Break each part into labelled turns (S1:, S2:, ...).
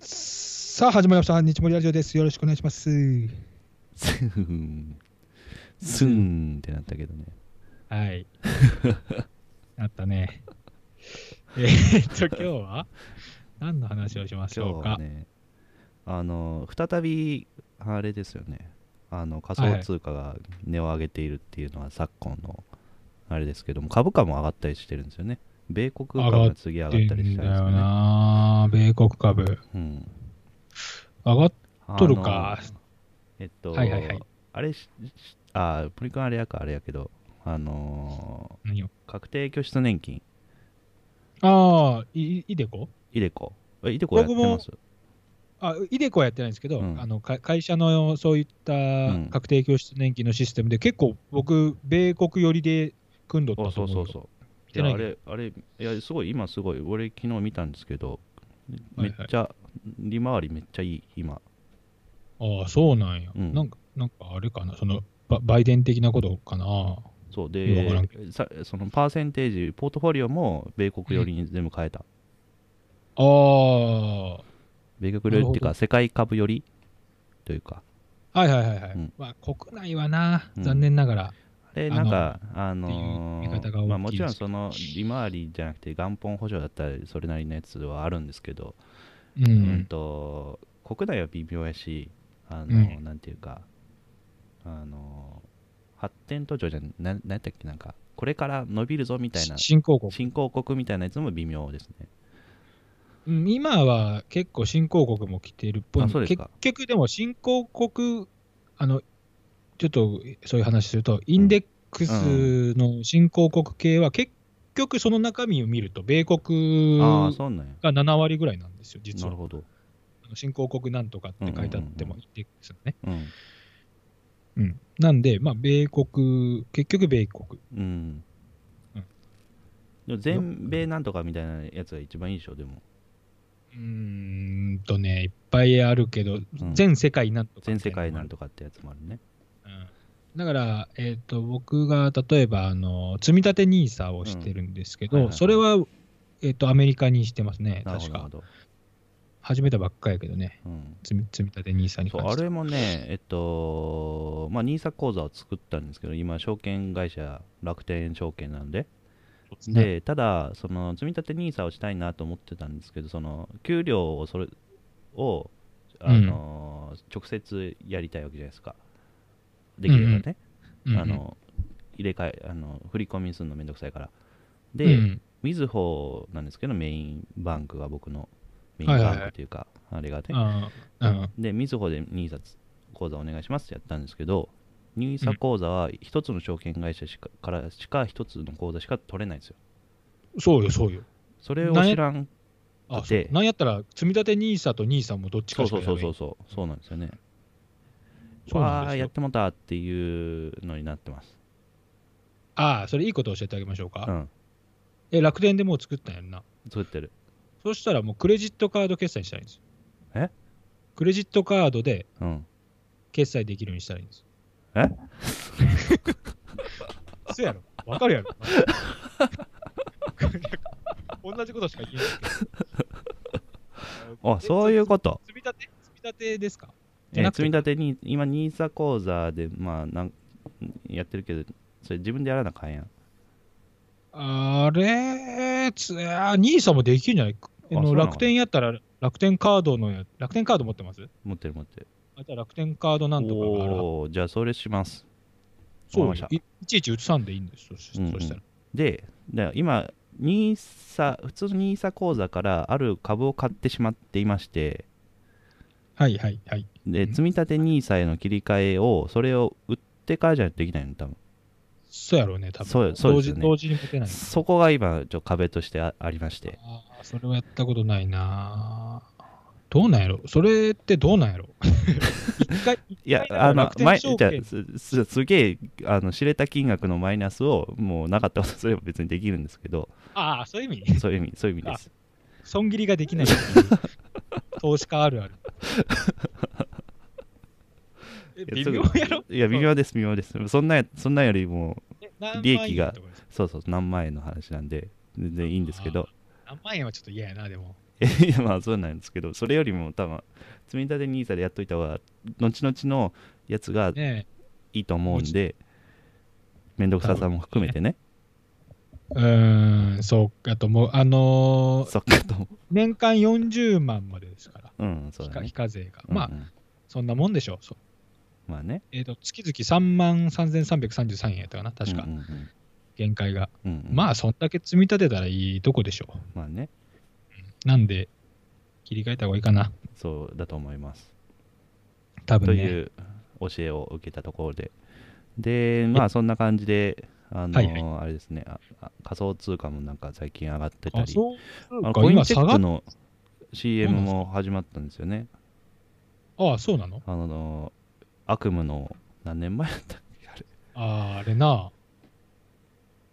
S1: さあ始まりました日森ラジオですよろしくお願いします
S2: スーンスーンってなったけどね
S1: はい あった ねえーっと今日は何の話をしまし
S2: 今日
S1: ょうか
S2: はねあの再びあれですよねあの仮想通貨が値を上げているっていうのは昨今のあれですけども株価も上がったりしてるんですよね米国株が次上がったり
S1: で
S2: し
S1: ん
S2: た
S1: だ
S2: りです
S1: よ
S2: よね
S1: な米国株
S2: うん
S1: 上がっ
S2: あの
S1: 取るか
S2: えっと、
S1: はいはいはい
S2: あれししあプリクンあれやかあれやけどあの
S1: 何を
S2: ー確定拠出年金
S1: ああいいでこ
S2: イデコえイデコやって
S1: 僕も
S2: ます
S1: あいでこはやってないんですけど、
S2: うん
S1: あのか会社のそういった
S2: ん
S1: 確定拠出年金のシステムで結構僕米国寄りで組んどった
S2: あ
S1: と
S2: そう
S1: 思うよ
S2: そうそう。い
S1: 見
S2: やあ
S1: てない
S2: れ、あれ、いや、すごい、今すごい、俺、昨日見たんですけど、
S1: はい
S2: めっちゃ、利回りめっちゃいい、今。
S1: ああ、そうなんや。
S2: うん
S1: なんか、なんかあれかな、その、ババイデン的なことかな。
S2: そう
S1: わからん
S2: で、さそのパーセンテージ、ポートフォリオも米国寄りに全部変えた。
S1: あ
S2: 米国寄りっていう
S1: なるほど
S2: か、世界株寄りというか、
S1: あ、はいはいはいはい。
S2: うん
S1: まあ、国内はな、
S2: うん
S1: 残念ながら。
S2: あれ、なんか、あ
S1: っ
S2: の
S1: ていう見方が大きいです
S2: ーまあ、もちろん、その利回りじゃなくて、元本保証だったり、それなりのやつはあるんですけど、
S1: うん。
S2: うんと国内は微妙やしあの、
S1: うん
S2: なんていうかあの発展途上じゃななんなんやったっけなんかこれから伸びるぞみたいな
S1: し新興国、
S2: 新興国みたいなやつも微妙ですね
S1: うん今は結構新興国も来てるっぽいん
S2: あそうです
S1: 結
S2: か
S1: 局でも新興国あのちょっとそういう話するとインデックスの新興国系は結局その中身を見ると米国
S2: ああ
S1: が
S2: そうなんや
S1: 7割ぐらいなんですよ実
S2: な
S1: は
S2: るほど、
S1: あの新興国なんとかって書いてあっても、インデックスのね。
S2: うん
S1: うん、なんで、まあ、米国、結局米国。
S2: うん
S1: うん
S2: でも全米なんとかみたいなやつが一番いいでしょでも
S1: うーんとね、いっぱいあるけど、
S2: ん
S1: 全世界なんとか。
S2: 全世界なん
S1: とか。
S2: とかってやつもあるね
S1: うんだから、えっと僕が例えばあの、積み立て NISA をしてるんですけど、
S2: うんはいはいはい
S1: それは、えっとアメリカにしてますね、
S2: なるほ
S1: 確
S2: どなるほ
S1: か。
S2: ど、
S1: 始めたばっかやけどね、
S2: うん、
S1: 積み積み立て NISA に
S2: そう
S1: 関
S2: あ
S1: しては。
S2: れもね、えっと、まあ、NISA 口座を作ったんですけど、今、証券会社、楽天証券なんで、
S1: そうですね
S2: でただ、その積み立て NISA をしたいなと思ってたんですけど、その給料をそれをあの、直接やりたいわけじゃないですか、できればね、
S1: うんうん
S2: あの入れ替えあの、振り込みするのめんどくさいから。で、
S1: うん
S2: みずほなんですけど、メインバンクが僕のメイン
S1: はいはいは
S2: バ
S1: い
S2: ンクというか、あれがね、
S1: あーうん
S2: で、みずほで NISA 口座お願いしますってやったんですけど、NISA 口座は一つの証券会社しかからしか一つの口座しか取れないんですよ。
S1: そうよ、そうよ。
S2: それを
S1: なんや
S2: 知らん。
S1: あそ
S2: で
S1: うなんやったら、積み立て NISA と NISA もどっち
S2: そ
S1: か
S2: う
S1: しか
S2: そ
S1: や
S2: う
S1: らな
S2: そ
S1: いう
S2: そうそう、そうなんですよね。
S1: そうなん
S2: わ
S1: です
S2: あ、
S1: よ
S2: やってもたっていうのになってます。
S1: ああ、それいいこと教えてあげましょうか。
S2: うん、
S1: え、楽天でもう作ったんやんな。
S2: 作ってる。
S1: そしたらもうクレジットカード決済したらいいんですよ。
S2: え
S1: クレジットカードで
S2: うん。
S1: 決済できるようにしたらいいんですよ。
S2: え
S1: そうやろわかるやろ 同じことしか言えないけど。
S2: あ、そういうこと。
S1: 積み立て積み立てですかじ
S2: え
S1: ゃなくて
S2: 積み立てに、今 NISA 口座で、まあなん、やってるけど、それ自分でやらなあかんやん。
S1: あれつ、あ、ニーサもできるんじゃないあ
S2: そ
S1: の
S2: うなの
S1: 楽天やったら楽天カードのや、楽天カード持ってます
S2: 持ってる持ってる。
S1: あじゃあ楽天カードなんとかがあるはず
S2: おおーじゃあそれします。
S1: そう
S2: わ
S1: よ
S2: かりま
S1: いいちいち移さんでいいんですよ、そ
S2: うんうん
S1: そしたら。
S2: で、だから今、NISA、普通の NISA 口座からある株を買ってしまっていまして、
S1: はいはいはい。
S2: で、
S1: うん
S2: 積み立て NISA への切り替えを、それを売ってからじゃないとできないの、多分。
S1: そうやろうね、多分
S2: そうそうですよね
S1: 同時同時に持てない。
S2: そこが今、ちょっと壁としてあありまして。
S1: ああ、それはやったことないな。どうなんやろそれってどうなんやろ 一回、
S2: いや
S1: 一、回
S2: あの、
S1: 楽天
S2: 前、じ
S1: 証
S2: ゃあ
S1: 券
S2: すすすげえ、あの、知れた金額のマイナスを、もうなかったことすれば別にできるんですけ ど、
S1: ああ、そういう意味
S2: そういう意味、そういう意味です。
S1: 損切りができないっていう投資家あるある。え
S2: い
S1: 微
S2: やすぐ
S1: 妙やろ
S2: いや、微妙です、微妙です。そんなや、そんなよりも、
S1: え何万円
S2: 利益が
S1: とかです
S2: そうそう、何万円の話なんで、全然いいんですけど、
S1: 何万円はちょっと嫌やな、でも。
S2: いやまあそうなんですけどそれよりも多分積み立て NISA でやっといた方が後々のやつが
S1: ね
S2: いいと思うんで面倒くささも含めてね
S1: うーん、そうかと思う。あのー
S2: そっかと
S1: 年間40万までですから、
S2: うんそ
S1: 非
S2: うだ
S1: 課
S2: ね
S1: 非課税が。まあ
S2: う、んうん
S1: そんなもんでしょう。そう
S2: まあね
S1: えー、と月々3万3333円やったかな、確か、
S2: うんうん
S1: 限界が。
S2: うんうんうん
S1: まあ、そんだけ積み立てたらいいとこでしょ
S2: まあね
S1: う。なんで、切り替えた方がいいかな、
S2: そうだと思います
S1: 多分
S2: と
S1: ね。
S2: いう教えを受けたところで。で、まあそんな感じで、あの
S1: はいは
S2: あれですねああ仮想通貨もなんか最近上がってた
S1: あ、
S2: り、
S1: そう
S2: あの
S1: か、
S2: コイン
S1: 今
S2: チェ
S1: 下
S2: ッ
S1: が
S2: ク
S1: っ
S2: の CM も始まったんですよね。
S1: ああ、そうなの
S2: あの悪夢の何年前だったっけあれ
S1: あーあれな。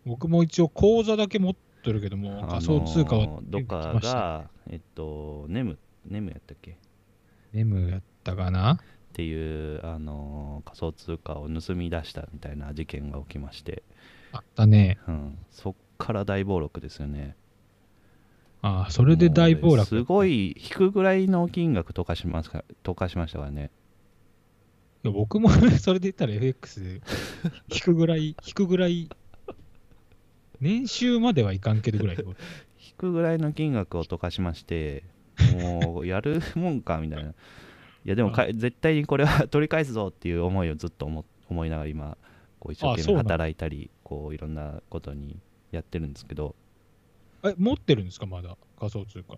S1: 僕も一応、口座だけ持ってるけども、仮想通貨
S2: あ
S1: は
S2: のどっかが、えっと、ネム、ネムやったっけっ
S1: ネムやったかな
S2: ていう、あの仮想通貨を盗み出したみたいな事件が起きまして、
S1: あったね。
S2: うん、そっから大暴落ですよね。
S1: ああ、それで大暴
S2: もう
S1: 落。
S2: すごい引くぐらいの金額溶かしますか溶かしましたからね
S1: いや僕も それで言ったら FX で引くぐらい、引くぐらい、年収まではいかんけどぐらい。
S2: 引くぐらいの金額を溶かしましてもうやるもんかみたいないやでもか絶対にこれは取り返すぞっていう思いをずっと思思いながら今こう一生
S1: あ
S2: 懸
S1: そう
S2: 命
S1: なんだ
S2: 働いたりこういろんなことにやってるんですけど
S1: え、持ってるんですか、まだ仮想通貨。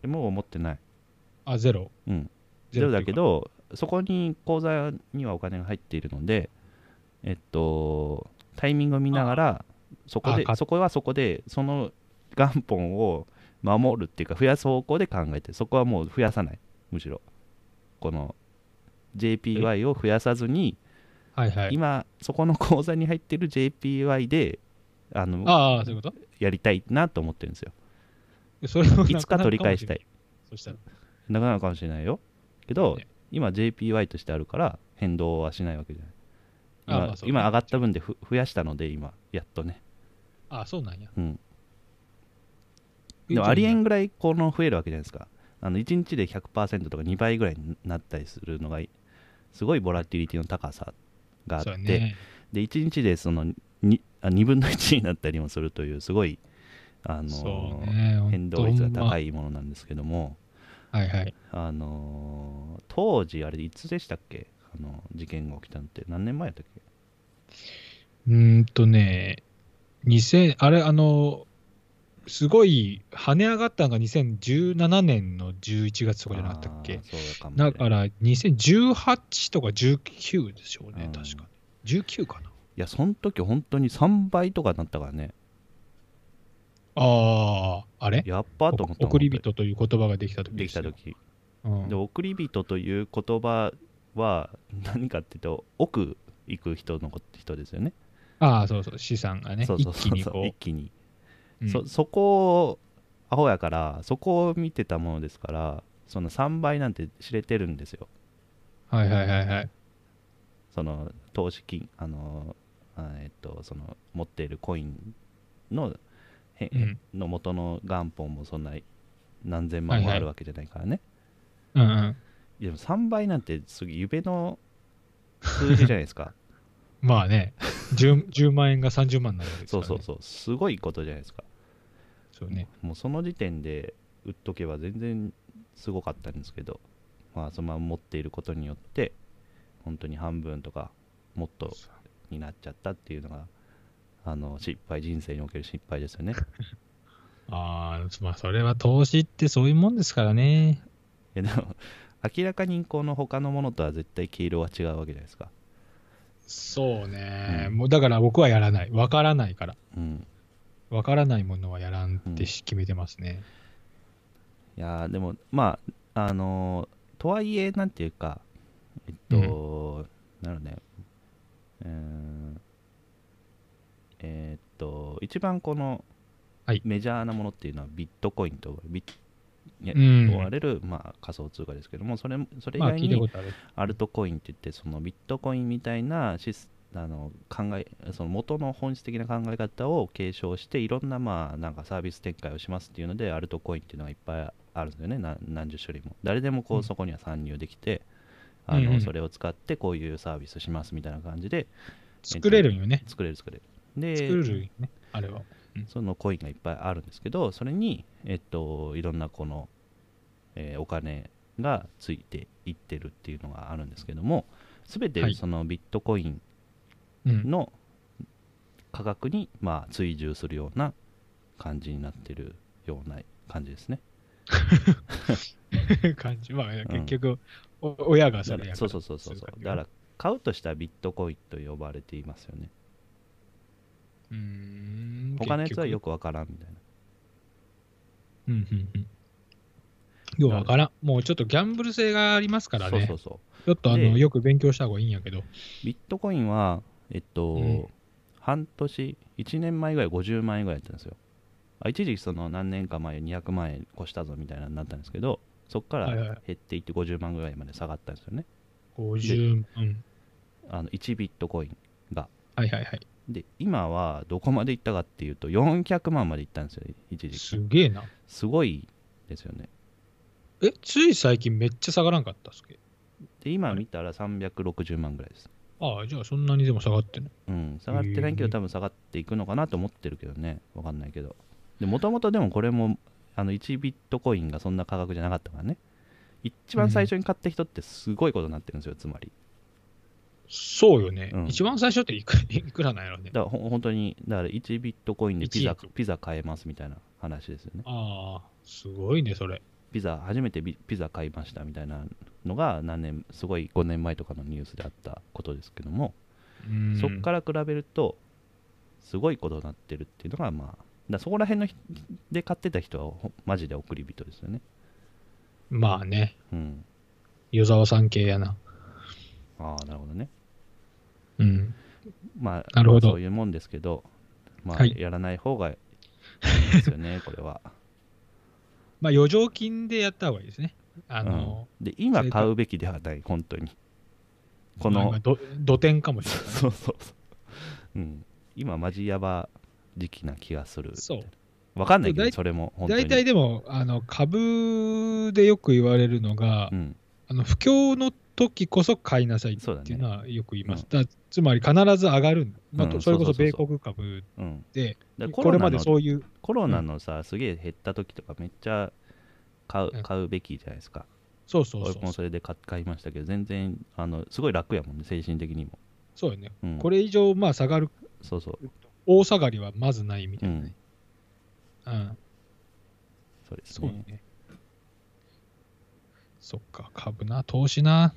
S2: でもう思ってない
S1: あ、ゼロ。
S2: うんゼロだ
S1: ってい
S2: け
S1: うか。
S2: どそこに口座にはお金が入っているのでえっとタイミングを見ながらそこで
S1: あか
S2: そこはそこでその元本を守るっていうか増やす方向で考えてそこはもう増やさないむしろこの JPY を増やさずに
S1: はいはい。
S2: 今そこの口座に入ってる JPY であの
S1: ああ、そういうこと
S2: やりたいなと思ってるんですよ
S1: でそれも
S2: いつか取り返した
S1: い。
S2: い
S1: そしたら。
S2: なかなかかもしれないよけど
S1: ね
S2: 今 JPY としてあるから変動はしないわけじゃない今,、
S1: あまあそうね
S2: 今上がった分でふ増やしたので今やっとね、
S1: ああ、そうなんや。
S2: うん、でもありえんぐらいこの増えるわけじゃないですかあの1日で100%とか2倍ぐらいになったりするのがいすごいボラティリティの高さがあっ
S1: そう
S2: て、
S1: やね。
S2: で1日でその 2, あ2分の1になったりもするというすごいあの
S1: そうね。
S2: 変動率が高
S1: い。
S2: いものなんですけども、
S1: はいはい。
S2: あのー当時あれいつでしたっけあの事件が起きたのって何年前やったっけ
S1: うーんとね、2000、あれ、あの、すごい跳ね上がったのが2017年の11月とかじゃなかったっ
S2: あ
S1: け
S2: ーそうかもしれな
S1: だ
S2: い
S1: か
S2: い
S1: ら2018とか19でしょうね、
S2: うん
S1: 確か。19かな。
S2: やその時本当に3倍とかになったからね
S1: ああ、あれ
S2: やっぱと思った
S1: お
S2: もん
S1: 送り人という言葉ができた時
S2: でき
S1: す
S2: た
S1: よ
S2: 時
S1: うん
S2: で送り人という言葉は何かっていうと奥行く人のこと人ですよね
S1: ああ、そうそう、資産がね
S2: そ、うそ
S1: 一
S2: うそ
S1: 気
S2: う
S1: に
S2: そう
S1: こ
S2: 一気に
S1: ううん。
S2: そそこをアホやからそこを見てたものですからその3倍なんて知れてるんですよ
S1: はいはいはいはい。
S2: その投資金あのあえっとその持っているコインのへ、
S1: うん
S2: の元の元本もそんな何千万
S1: はい
S2: も
S1: はい
S2: あるわけじゃないからね、
S1: うんうん。
S2: いやでも3倍なんてすごい夢の数字じゃないで すか
S1: まあね、10, 10万円が30万になるわけですか
S2: そ
S1: ら
S2: う
S1: ね
S2: そうそうすごいことじゃないですか
S1: そうね。
S2: もうその時点で売っとけば全然すごかったんですけどまあそのまま持っていることによって本当に半分とかもっとになっちゃったっていうのがあの失敗人生における失敗です よね
S1: ああ、まあそれは投資ってそういうもんですからね。
S2: いやでも明らかにこの他のものとは絶対毛色は違うわけじゃないですか、
S1: そうね、
S2: うん
S1: もうだから僕はやらない。わからないから。
S2: うん、
S1: わからないものはやらんってし決めてますね。
S2: いやーでもまああのーとはいえなんていうかえっと、なるねうーんえーっと一番この
S1: はい
S2: メジャーなものっていうのはビットコインとビッいや
S1: うん
S2: と呼ばれる、まあ、仮想通貨ですけどもそれもそれ以
S1: まあ
S2: 外
S1: 聞いた
S2: に
S1: ことある。
S2: アルトコインって言ってそのビットコインみたいなシスあの考えその元の本質的な考え方を継承していろんなまあなんかサービス展開をしますっていうのでアルトコインっていうのがいっぱいあるんですよねな何十種類も誰でもこ
S1: う
S2: うんそこには参入できて、あ
S1: うんう
S2: の
S1: ん
S2: それを使ってこういうサービスしますみたいな感じで
S1: 作れるんよね。
S2: 作れる作れる
S1: 作れ
S2: で
S1: るんよね、あれは。
S2: そのコインがいっぱいあるんですけどそれに、えっと、いろんなこの、えーお金がついていってるっていうのがあるんですけども全
S1: は
S2: て
S1: い
S2: そのビットコイン
S1: うん。
S2: の価格に、まあ、追従するような感じになってるような感じですね。
S1: 感じ。まあ、結局、お親がそ
S2: だ
S1: れや
S2: から
S1: から
S2: そうそうそうそうそうだから買うとしたらビットコインと呼ばれていますよね
S1: うーん。
S2: 他のやつはよ
S1: く。
S2: くわからんみたいな
S1: うんうんうん。ようわからん。もうちょっとギャンブル性がありますからね。
S2: そうそうそう
S1: ちょっとあの
S2: で
S1: よく勉強した方がいいんやけど。
S2: ビットコインはえっと、
S1: うん
S2: 半年1年前ぐらい50万円ぐらいやったんですよあ一時期その何年か前200万円越したぞみたいなのになったんですけどそこか
S1: はい
S2: ら
S1: はい
S2: 減っていって50万ぐらいまで下がったんですよね
S1: 50万。
S2: あの1ビットコイン
S1: はいはいはい。
S2: で今はどこまでいったかっていうと400万までいったんですよ一時期
S1: すげえな。
S2: すごいですよね
S1: え、つい最近めっちゃ下がらんかったっすけ
S2: で今見たら360万ぐらいです
S1: ああ、じゃあそんなにでも下がってない。
S2: うん下がってないけ
S1: へ
S2: ど
S1: ー
S2: 多分下がっていくのかなと思ってるけどねわかんないけどでもともとでもこれもあの1ビットコインがそんな価格じゃなかったからね一番最初に買った人ってすごいことになってるんですよつまり
S1: そうよね。
S2: うん
S1: 一番最初っていく いくらなんやろね。
S2: だからほ本当にだから1ビットコインでピザ
S1: 1億
S2: ピザ買えますみたいな話ですよね
S1: ああ、すごいね、それ。。
S2: ピザ初めてビピザ買いましたみたいなのが何年すごい5年前とかのニュースであったことですけども、そっからら比べるとすごいことになってるっていうのがまあだからそこら辺のひで買ってた人はほマジで送り人ですよね
S1: まあね、
S2: うん
S1: 湯沢さん系やな。
S2: ああなるほどね
S1: うん。
S2: まあ
S1: なるほど
S2: そういうもんですけどまあ、
S1: はい
S2: やらない方がいいですよねこれは
S1: まあ余剰金でやった方がいいですね。 あの、
S2: で今買うべきではない本当にこ
S1: まあ
S2: の
S1: 今ど土点かも しれない。
S2: そうそうそう、うん、今マジやば時期な気がする
S1: そう。
S2: わかんないけ
S1: だ
S2: ど
S1: い
S2: それも本当に
S1: 大体でも、あの株でよく言われるのが、
S2: うん
S1: あの不況の時こそ買いなさいっていうのはよく言います。だつまり必ず上がる、まあ
S2: うん
S1: それこそ
S2: そうそう
S1: 米
S2: そうそう
S1: 国株
S2: うん
S1: で、
S2: だから
S1: こ
S2: コロ
S1: れ
S2: ナ
S1: まで
S2: の
S1: そういう、
S2: コロナのさ、すげえ減った時とかめっちゃ買う
S1: うん
S2: 買うべきじゃないですか、
S1: そうそう
S2: 俺
S1: そう
S2: も、それで買買いましたけど全然あのすごい楽やもんね精神的にも、
S1: そうよね、
S2: うん、
S1: これ以上、まあ下がる、
S2: そうそう
S1: 大下がりはまずないみたいなね。うん、
S2: そうです
S1: そう
S2: ね
S1: ね。そっか、株な、投資な。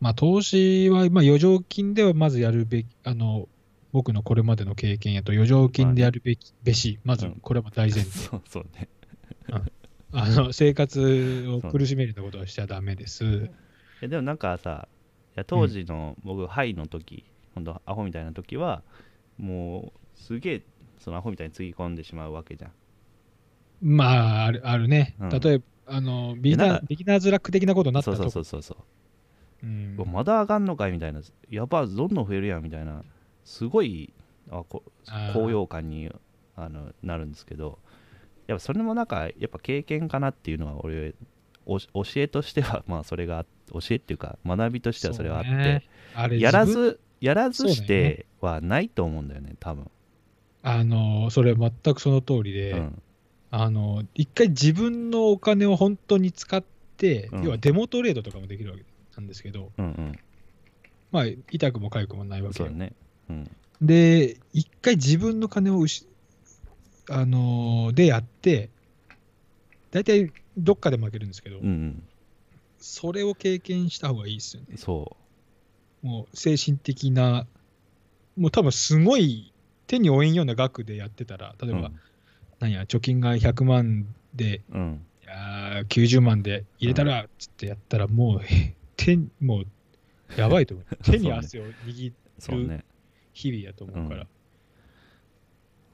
S1: まあ投資は、まあ余剰金ではまずやるべき、あの、僕のこれまでの経験やと余剰金でやるべき、べし、まず
S2: うん
S1: これも大前提。
S2: そうそうね
S1: あの生活を苦しめるようなことはしちゃダメです。
S2: えでもなんかさいや当時の僕ハイの時、本当アホみたいな時はもうすげえそのアホみたいにつぎ込んでしまうわけじゃん
S1: まあ、あるあるね。
S2: うん
S1: 例えば、あのビギ
S2: いや
S1: ナ
S2: なん
S1: ー
S2: か
S1: ビギナーズラック的なことになった
S2: そう
S1: と
S2: そうそうそうそう、
S1: うん
S2: うわまだ上がんのかいみたいなやばどんどん増えるやんみたいなすごいあこ
S1: あー
S2: 高揚感にあのなるんですけどやっぱそれもなんかやっぱ経験かなっていうのは俺おし教えとしては まあそれが教えっていうか学びとしてはそれはあって、
S1: そうねあれ
S2: やら
S1: 自分
S2: ずやらずし
S1: そうだよ
S2: てはないと思うんだよね多分
S1: あのそれ全くその通りで、
S2: うん
S1: あの一回自分のお金を本当に使って、
S2: うん
S1: 要はデモトレードとかもできるわけなんですけど、
S2: うんうん
S1: まあ、痛くも痒くもないわけ
S2: そう
S1: よ
S2: だねうん
S1: で、一回自分の金をうし、あのでやって、大体どっかで負けるんですけど、
S2: うん
S1: それを経験した方がいいですよね。
S2: うんそ
S1: もう精神的な、もう多分すごい手に負えんような額でやってたら、
S2: う
S1: 例え
S2: う
S1: ば、
S2: ん
S1: 何や、貯金が100万で、
S2: うん
S1: いやー90万で入れたら、つってやったら、もう、へ手に、もう、やばいと思 う。手に汗を握る
S2: そうね
S1: 日々やと思うから。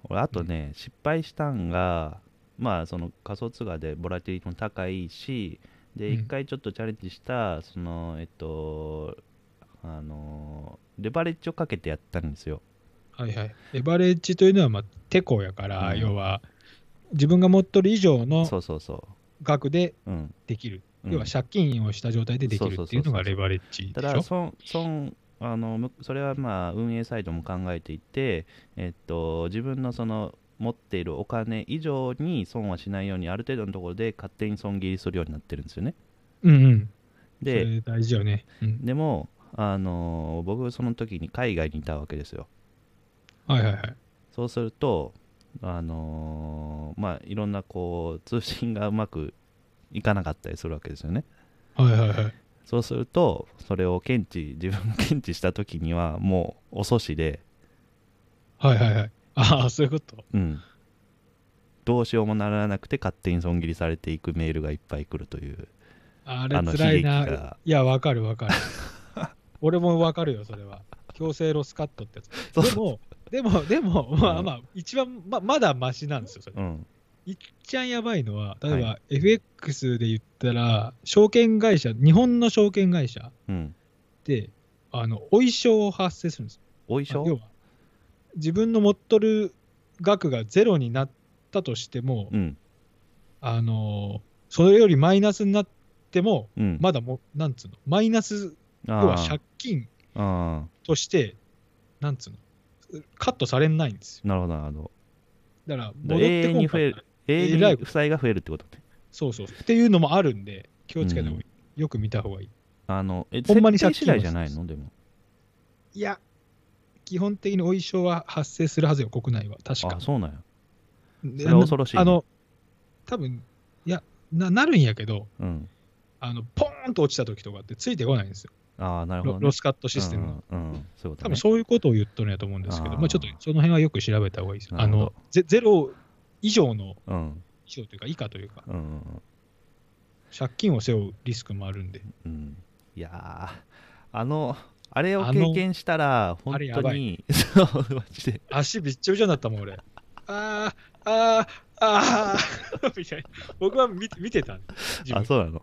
S2: 俺あとね、失敗したんがまあその仮想通貨でボラティリティも高いしで
S1: うん
S2: 一回ちょっとチャレンジしたそのえっとあのレバレッジをかけてやったんですよ
S1: はいはい。レバレッジというのは、まあ、テコやから、
S2: うん
S1: 要は、自分が持っとる以上の
S2: そうそうそ
S1: 額で
S2: うん
S1: できる、
S2: うん
S1: 要は借金をした状態でできるっていうのがレバレッジ
S2: た
S1: でし
S2: だ
S1: ょ。
S2: そんそんあのむそれはまあ運営サイドも考えていて、えっと、自分のその持っているお金以上に損はしないようにある程度のところで勝手に損切りするようになってるんですよね。
S1: うんうん。そ
S2: で
S1: れ大事よね。うん、
S2: でもあの僕その時に海外にいたわけですよ。
S1: はいはいはい。
S2: そうするとあのまあいろんなこう通信がうまくいかなかったりするわけですよね。
S1: はいはいはい。
S2: そうするとそれを検知自分が検知した時にはもう遅しで
S1: はいはいはい。ああ、そういうこと。
S2: うん、どうしようもならなくて勝手に損切りされていくメールがいっぱい来るという
S1: あ
S2: あ
S1: れ
S2: の
S1: つらい
S2: 悲劇
S1: な
S2: が。
S1: いや、わかるわかる。 俺もわかるよ、それは。強制ロスカットってやつ。
S2: そう
S1: でも、でも、でも、ま
S2: う
S1: あ
S2: ん
S1: まあ、一番、ままだマシなんですよ、それ。
S2: うん
S1: いっちゃんやばいのは、例え
S2: は
S1: ば FX で言ったら、証券会社、日本の証券会社
S2: うん
S1: って、あの、お衣装を発生するんですよ。
S2: お衣装
S1: 要は、自分の持っとる額がゼロになったとしても、
S2: うん
S1: あのーそれよりマイナスになっても、
S2: うん
S1: まだも、なんつうの、マイナス、
S2: あ
S1: 要
S2: ー
S1: は借金
S2: あ
S1: として、なんつうの、カットされないんですよ。
S2: ーなるほどなるほ
S1: だから、
S2: ど
S1: 戻っ
S2: 永
S1: て
S2: 遠
S1: こ
S2: に
S1: ん
S2: 増
S1: か
S2: え
S1: っ
S2: る永遠
S1: えらい
S2: に負債が増えるってことね
S1: そうそうそう。っていうのもあるんで、気をつけた方がいい。よく見た方がいい。
S2: あのえ
S1: ほんまに
S2: 設
S1: 借
S2: 定次
S1: 金
S2: 第じゃないのでも
S1: いや、基本的にお衣装は発生するはずよ、国内は。確か
S2: あ。そうなんや
S1: で
S2: それは恐ろしいね
S1: あの、多分いやな、なるんやけど、
S2: うん
S1: あのポーンと落ちた時とかってついてこないんですよ、
S2: ああなるほ
S1: ロ
S2: ど、ね、
S1: ロスカットシステムが。
S2: うんうんうんそういうこと
S1: 多
S2: ね
S1: 分そういうことを言っとるんやと思うんですけど、
S2: あー
S1: まあ、ちょっとその辺はよく調べた方がいいです。
S2: な
S1: あ
S2: るほど
S1: のゼゼロ以上の、
S2: うん
S1: 以上というか、以下というか、
S2: うんうん
S1: 借金を背負うリスクもあるんで、
S2: うんいやーあのあれを
S1: あの
S2: 経験したら本
S1: あれや
S2: 当
S1: ば
S2: にそうマジで
S1: 足びっちょびちょになったもん、 俺。あー、あー、あー、みたいな。僕は見見てたんです自
S2: あ
S1: 分。
S2: そうなの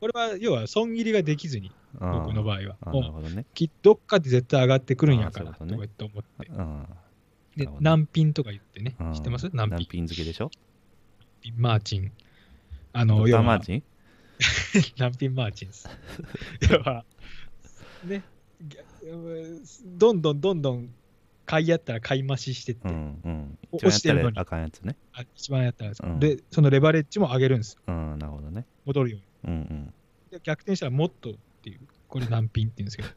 S1: これは要は損切りができずに、僕の
S2: 場合
S1: 場合
S2: あ
S1: は。
S2: ー
S1: も
S2: なる
S1: う
S2: ほどね
S1: きどっかで絶対上がってくるんやから
S2: あー
S1: と
S2: そ
S1: か
S2: うい
S1: 言
S2: うこ
S1: って思って。
S2: うんな
S1: で
S2: るほど、
S1: 難品とか言ってね
S2: うん、
S1: 知ってます難
S2: 何
S1: 品、
S2: 品付けでしょ
S1: マーチン。あ
S2: ド
S1: の、要
S2: クター
S1: は
S2: マーチン
S1: 難品マーチン です。要は、ね、ぎゃどんどんどんどん買いやったら買い増ししてって、
S2: うんうん。
S1: お
S2: 一番や
S1: 押
S2: っ
S1: してる
S2: た
S1: の
S2: ら
S1: に
S2: あかんやつね。
S1: あ一番やったらです、
S2: うん
S1: で、そのレバレッジも上げるんですよ。
S2: うん、なるほどね。
S1: 戻るように。
S2: うんうん。
S1: で逆転したらもっとっていう、これ難品って言うんです けど。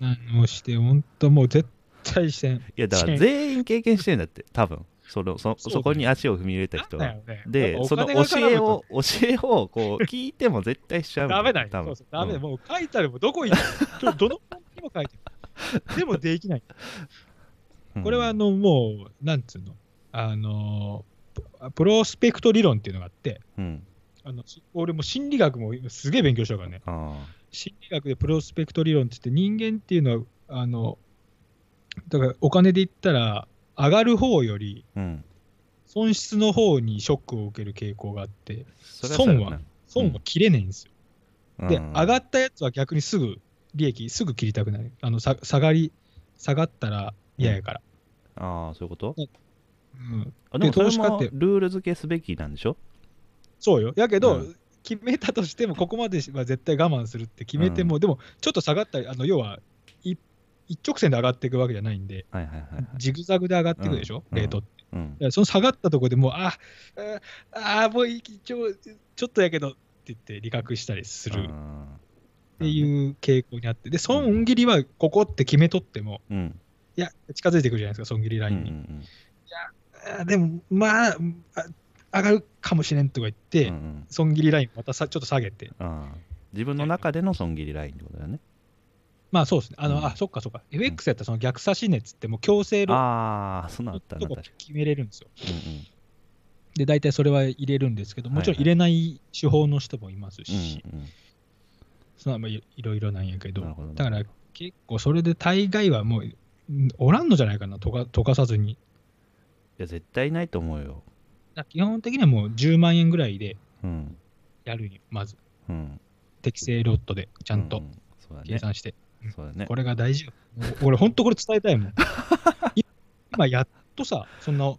S1: 何をして、ほんともう絶対してん。
S2: いや、だから全員経験してんだって、多分そのそ
S1: そうだね
S2: そこに足を踏み入れた人
S1: なんだ
S2: は。
S1: よね
S2: で
S1: やっ、ぱ
S2: そ
S1: お
S2: の
S1: 金
S2: 教
S1: が絡むと
S2: えを、教えを、こう、聞いても絶対しちゃうもん。
S1: ダメだよ。
S2: 多
S1: そ
S2: 分
S1: うそうダメだよ。
S2: うん
S1: もう書いてあるもんどこ行っても、どの本にも書いてある。でもできない。
S2: うん
S1: これはあの、もう、なんつうの、あの、ププロスペクト理論っていうのがあって、
S2: うん。
S1: あのし俺も心理学も今すげえ勉強したからね。
S2: あ
S1: 心理学でプロスペクト理論って言って、人間っていうのは、あの、だからお金で言ったら、上がる方より
S2: あ。うん。
S1: 損失の方にショックを受ける傾向があって、
S2: それそうや
S1: 損は損は切れないんですよ。
S2: な
S1: で、
S2: うん
S1: 上がったやつは逆にすぐ利益、すぐ切りたくなる。あのさ下がり、下がったら嫌やから。
S2: ああ、そういうこと
S1: うん
S2: あでも、
S1: で
S2: それ
S1: 投資家
S2: も
S1: って
S2: ルール付けすべきなんでしょ
S1: そうよ。やけど、
S2: うん
S1: 決めたとしても、ここまでは絶対我慢するって決めても、でも、ちょっと下がったり、あの要はい一直線で上がっていくわけじゃないんで、
S2: はいはいはいはい。
S1: ジグザグで上がっていくでしょ、
S2: うん
S1: レートって。
S2: うん
S1: だ。からその下がったところでもう、ああ、あーもういいちょちょっとやけどって言って、利確したりするっ
S2: あ
S1: て
S2: ー。
S1: いう傾向にあって、で、損切りはここって決めとっても、
S2: うん。
S1: いや、近づいてくるじゃないですか、損切りラ
S2: う
S1: イ
S2: んう
S1: ンに。
S2: ん
S1: あーでも、まああ、上がるかもしれんとか言っ
S2: うん。
S1: て、
S2: うんうん
S1: 損切りラインまたさちょっと下げて、
S2: ああ自分の中での損切りラインってことだよね。
S1: まあそうですね、あの、
S2: うん
S1: あ、そっかそっか、FX やったらその逆差し値っつって、もう強制の
S2: ああ、そうなったな、
S1: と
S2: 確
S1: こ
S2: か
S1: 決めれるんですよ。
S2: に。うんうん
S1: で、大体それは入れるんですけど、もちろん
S2: はいはい
S1: 入れない手法の人もいますし、
S2: うんうん
S1: そのまあいいろいろなんやけど、
S2: なるほど
S1: だから結構それで大概はもう、んおらんのじゃないかな、とかとかさずに。
S2: いや絶対ないと思うよ。
S1: だから基本的にはもう10万円ぐらいで
S2: うん。
S1: やるに、まず、
S2: うん。
S1: 適正ロットで、ち
S2: ち
S1: ゃんと
S2: そうだ
S1: 計
S2: ね。
S1: 算して。
S2: そうだね。
S1: これが大事よ。もう俺、本当これ伝えたい もん。い今、やっとさ、その、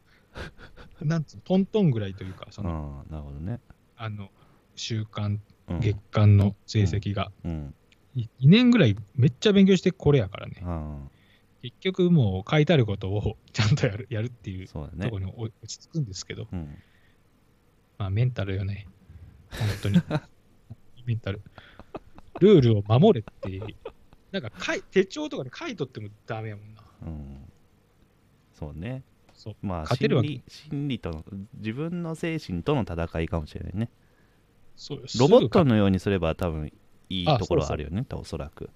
S1: なんつうの、トントンぐらいというか、そ
S2: うん
S1: の、
S2: なるほどね。
S1: あの週間、
S2: うん
S1: 月間の成績が、
S2: うん
S1: 2年ぐらいめっちゃ勉強してこれやからね、
S2: あ
S1: 結局もう書いてあることをちゃんとやるやるってい
S2: ー
S1: う
S2: そうだ
S1: と
S2: ね
S1: ころに落ち着くんですけど、
S2: うん
S1: まあメンタルよね、本当に。 メンタル。ルールを守れって、なんかかい手帳とかに書いとってもダメやもんな。
S2: うんそうね
S1: そう
S2: まあ
S1: 勝てるわけ
S2: 心理心理との自分の精神との戦いかもしれないね
S1: そう
S2: ロボッ
S1: すぐ
S2: ト
S1: か
S2: のようにすれば多分いい
S1: あ
S2: ところ
S1: そう
S2: は
S1: そう
S2: あるよねおそらく、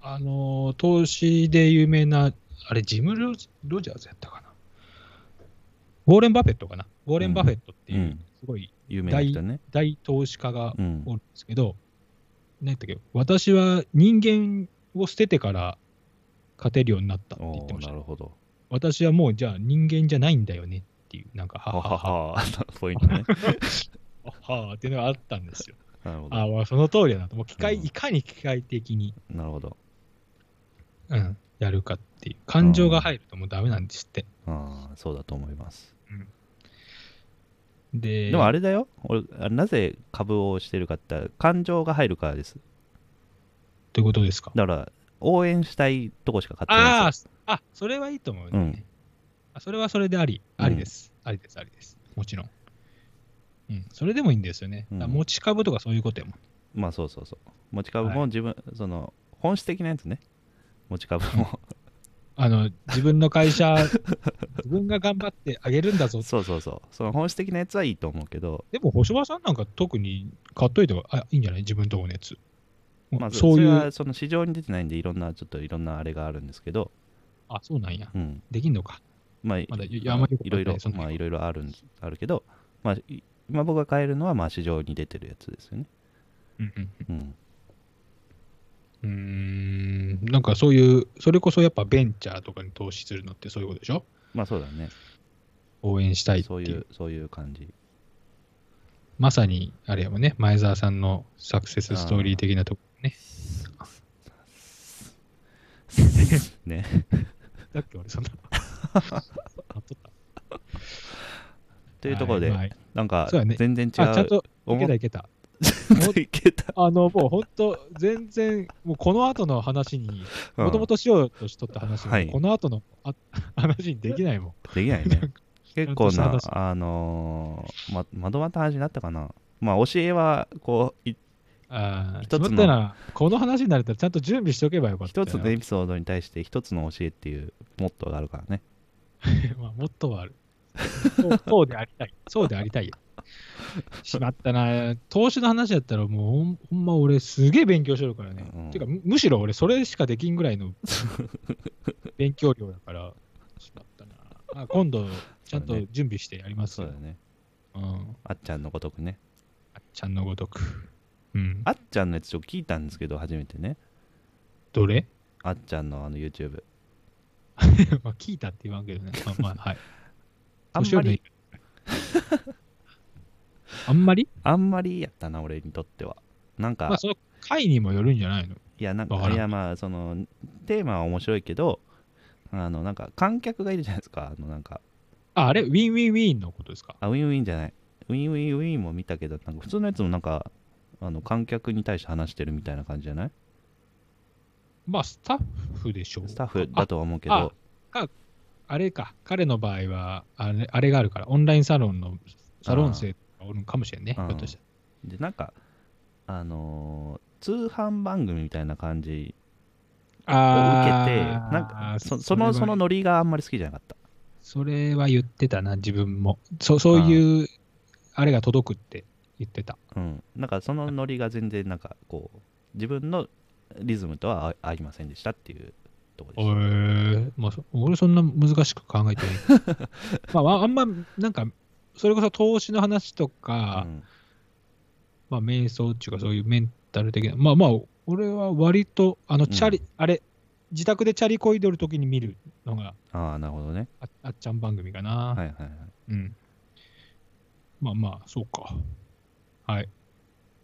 S1: あのー投資で有名な、あれ、ジムロジ・ロジャーズやったかな。ウォーレン・バフェットかな。ウォーレン・バフェットっていううんすごい
S2: 有名な人ね
S1: 大投資家が
S2: うん
S1: おるんですけど、何やったっけ、私は人間を捨ててから勝てるようになったって言
S2: お
S1: ってま
S2: ー
S1: した
S2: な
S1: ね、
S2: るほど
S1: 私はもうじゃあ人間じゃないんだよねっていう、なんか、は
S2: は
S1: はは
S2: ははポイント ね
S1: ははっていうのがあったんですよ。
S2: なるほ
S1: あ
S2: ど
S1: あ、まあその通りだなと。もう機械、
S2: うん
S1: いかに機械的に、
S2: なるほど
S1: うん、やるかっていう。感情が入るともうダメなんですって。
S2: ああそうだと思います
S1: で、
S2: でもあ
S1: れ
S2: れだよ俺あなぜ株をしてるかって感情が入るからです
S1: ということですか。
S2: だから応援したいとこしか買ってないん
S1: あ
S2: ですよ
S1: ーあ、それはいいと思うね。
S2: うん
S1: あそれはそれであり、
S2: うん
S1: ありです。ありです、ありです。もちろん。うん、それでもいいんですよね。
S2: うん
S1: だから持ち株とかそういうことやもん。
S2: まあそうそうそう持ち株
S1: は
S2: も自分、その本質的なやつね持ち株も
S1: あの、自分の会 社、自分が頑張ってあげるんだぞ
S2: そうそうそうその本質的なやつはいいと思うけど
S1: でも、星葉さんなんか特に買っといてはあいいんじゃない自分とこのやつ。
S2: まあ、
S1: そうい
S2: れ
S1: う
S2: は、その市場に出てないんでいろんなちょっといろんなあれがあるんですけど、
S1: あ、そうなんや。
S2: うん、
S1: できんのか。
S2: まあ、
S1: まだい
S2: い
S1: やあんまりよくわかんない
S2: ろいろ
S1: そんな
S2: まあいろいろあるんあるけど、まあ、い今僕が買えるのはまあ市場に出てるやつですよね、
S1: うんうん
S2: うん、
S1: うん。うーん、なんかそういう、それこそやっぱベンチャーとかに投資するのってそういうことでしょ
S2: まあそうだね、
S1: 応援したいってい。
S2: そうういうそういう感じ
S1: まさに、あれやもんね、前澤さんのサクセスストーリー的なとこね。
S2: ね
S1: だっけ、俺そんな。あっとった
S2: というところで、
S1: はい
S2: なんか
S1: そうだね
S2: 全然違う
S1: あ、ちゃんと、
S2: 思
S1: いけたいけ た。
S2: っいけた
S1: あの、もう本当全然、もうこの後の話に、もとも
S2: と
S1: としようとしとった話が、
S2: はい
S1: この後のあ 話にできないもん。
S2: できないね
S1: なんか
S2: 結構
S1: ちゃん
S2: な
S1: とした話
S2: あのーままとまった話になったかなまあ教えはこうい
S1: あー
S2: 一つの
S1: しまったなこの話になれたらちゃんと準備しておけばよかったよ。
S2: 一つのエピソードに対して一つの教えっていうモットーがあるからね
S1: まあ、もっとはある。そうそうでありたい。そうでありたいよ。しまったな。投資の話やったらもうほんほんま俺すげえ勉強してるからね。
S2: うん
S1: てかむむしろ俺それしかできんぐらい の勉強量だからしまったな。あ今度ちゃんと
S2: そうだね
S1: 準備してやります
S2: そう
S1: よ。
S2: だよね
S1: うん、
S2: あっちゃんのごとくね
S1: あっちゃんのごとく。うん、
S2: あっちゃんのやつちょっと聞いたんですけど初めてね
S1: どれ
S2: あっちゃんのあの YouTube
S1: まあ聞いたって言わんけどね。まあ、まあ、はい。
S2: あん
S1: 年
S2: ま
S1: 寄の
S2: り
S1: 意見 あんまり
S2: あんまりやったな俺にとってはなんか、
S1: まあその回にもよるんじゃないの
S2: いやなん
S1: わか
S2: から
S1: ん
S2: いやまあそのテーマは面白いけどあのなんか観客がいるじゃないですかあのなんか
S1: ああれウィンウィンウィンのことですか
S2: あウィンウィンじゃないウィンウィンウィンも見たけどなんか普通のやつもなんかあの観客に対して話してるみたいな感じじゃない
S1: まあスタッフでしょう
S2: スタッフだ
S1: あ
S2: とは思うけ
S1: あ
S2: ど
S1: あれか彼の場合はあれあれがあるからオンラインサロンのサロン生とかおるんかもしれんねひ
S2: うん
S1: ょっとしたら
S2: でなんかあのー通販番組みたいな感じを受けて
S1: ー
S2: なんかそそ
S1: れ
S2: の
S1: は
S2: そのノリがあんまり好きじゃなかった
S1: それは言ってたな自分もそそういうあれが届くって言ってた
S2: うん、なんかそのノリが全然なんかこう自分のリズムとは合合いませんでしたっていうところ
S1: え
S2: でし
S1: ーまあ、そ俺そんな難しく考えてない まあああんまなんかそれこそ投資の話と
S2: た。
S1: か、
S2: うん
S1: まあ、瞑想っていうか、そういうメンタル的な、まあまあ、俺は割と、あの、チャリ、
S2: う
S1: あれ、自宅でチャリこいでるときに見るのが、
S2: ああなるほどね。
S1: ああっちゃん番組かな。
S2: はいはいはい。
S1: うん。まあまあ、そうか。はい。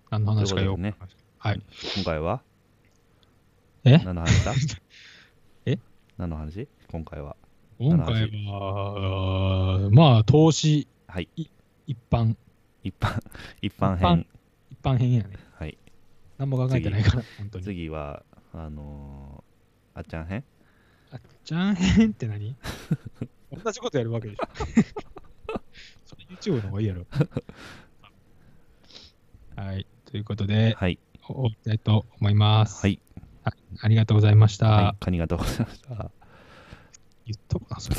S1: 何の話かよく。
S2: というこ
S1: はい。
S2: 今回は
S1: え
S2: 何の話だ
S1: え
S2: 何の話今回は。
S1: 今回は、まあ、投資、
S2: はい
S1: 一般
S2: 一般、 一般
S1: 一般
S2: 編。
S1: 一般編やね。
S2: はい。
S1: 何も考えてないから、本当に。
S2: 次は、あのーあっちゃん編
S1: あっちゃん編って 何同じことやるわけでしょ。それ YouTube の方がいいやろ。はい。ということで、
S2: はい。
S1: 終わりたいと思います。
S2: はい。
S1: ありがとうございました。
S2: はい。ありがとうございました。
S1: 言っとくな、それ。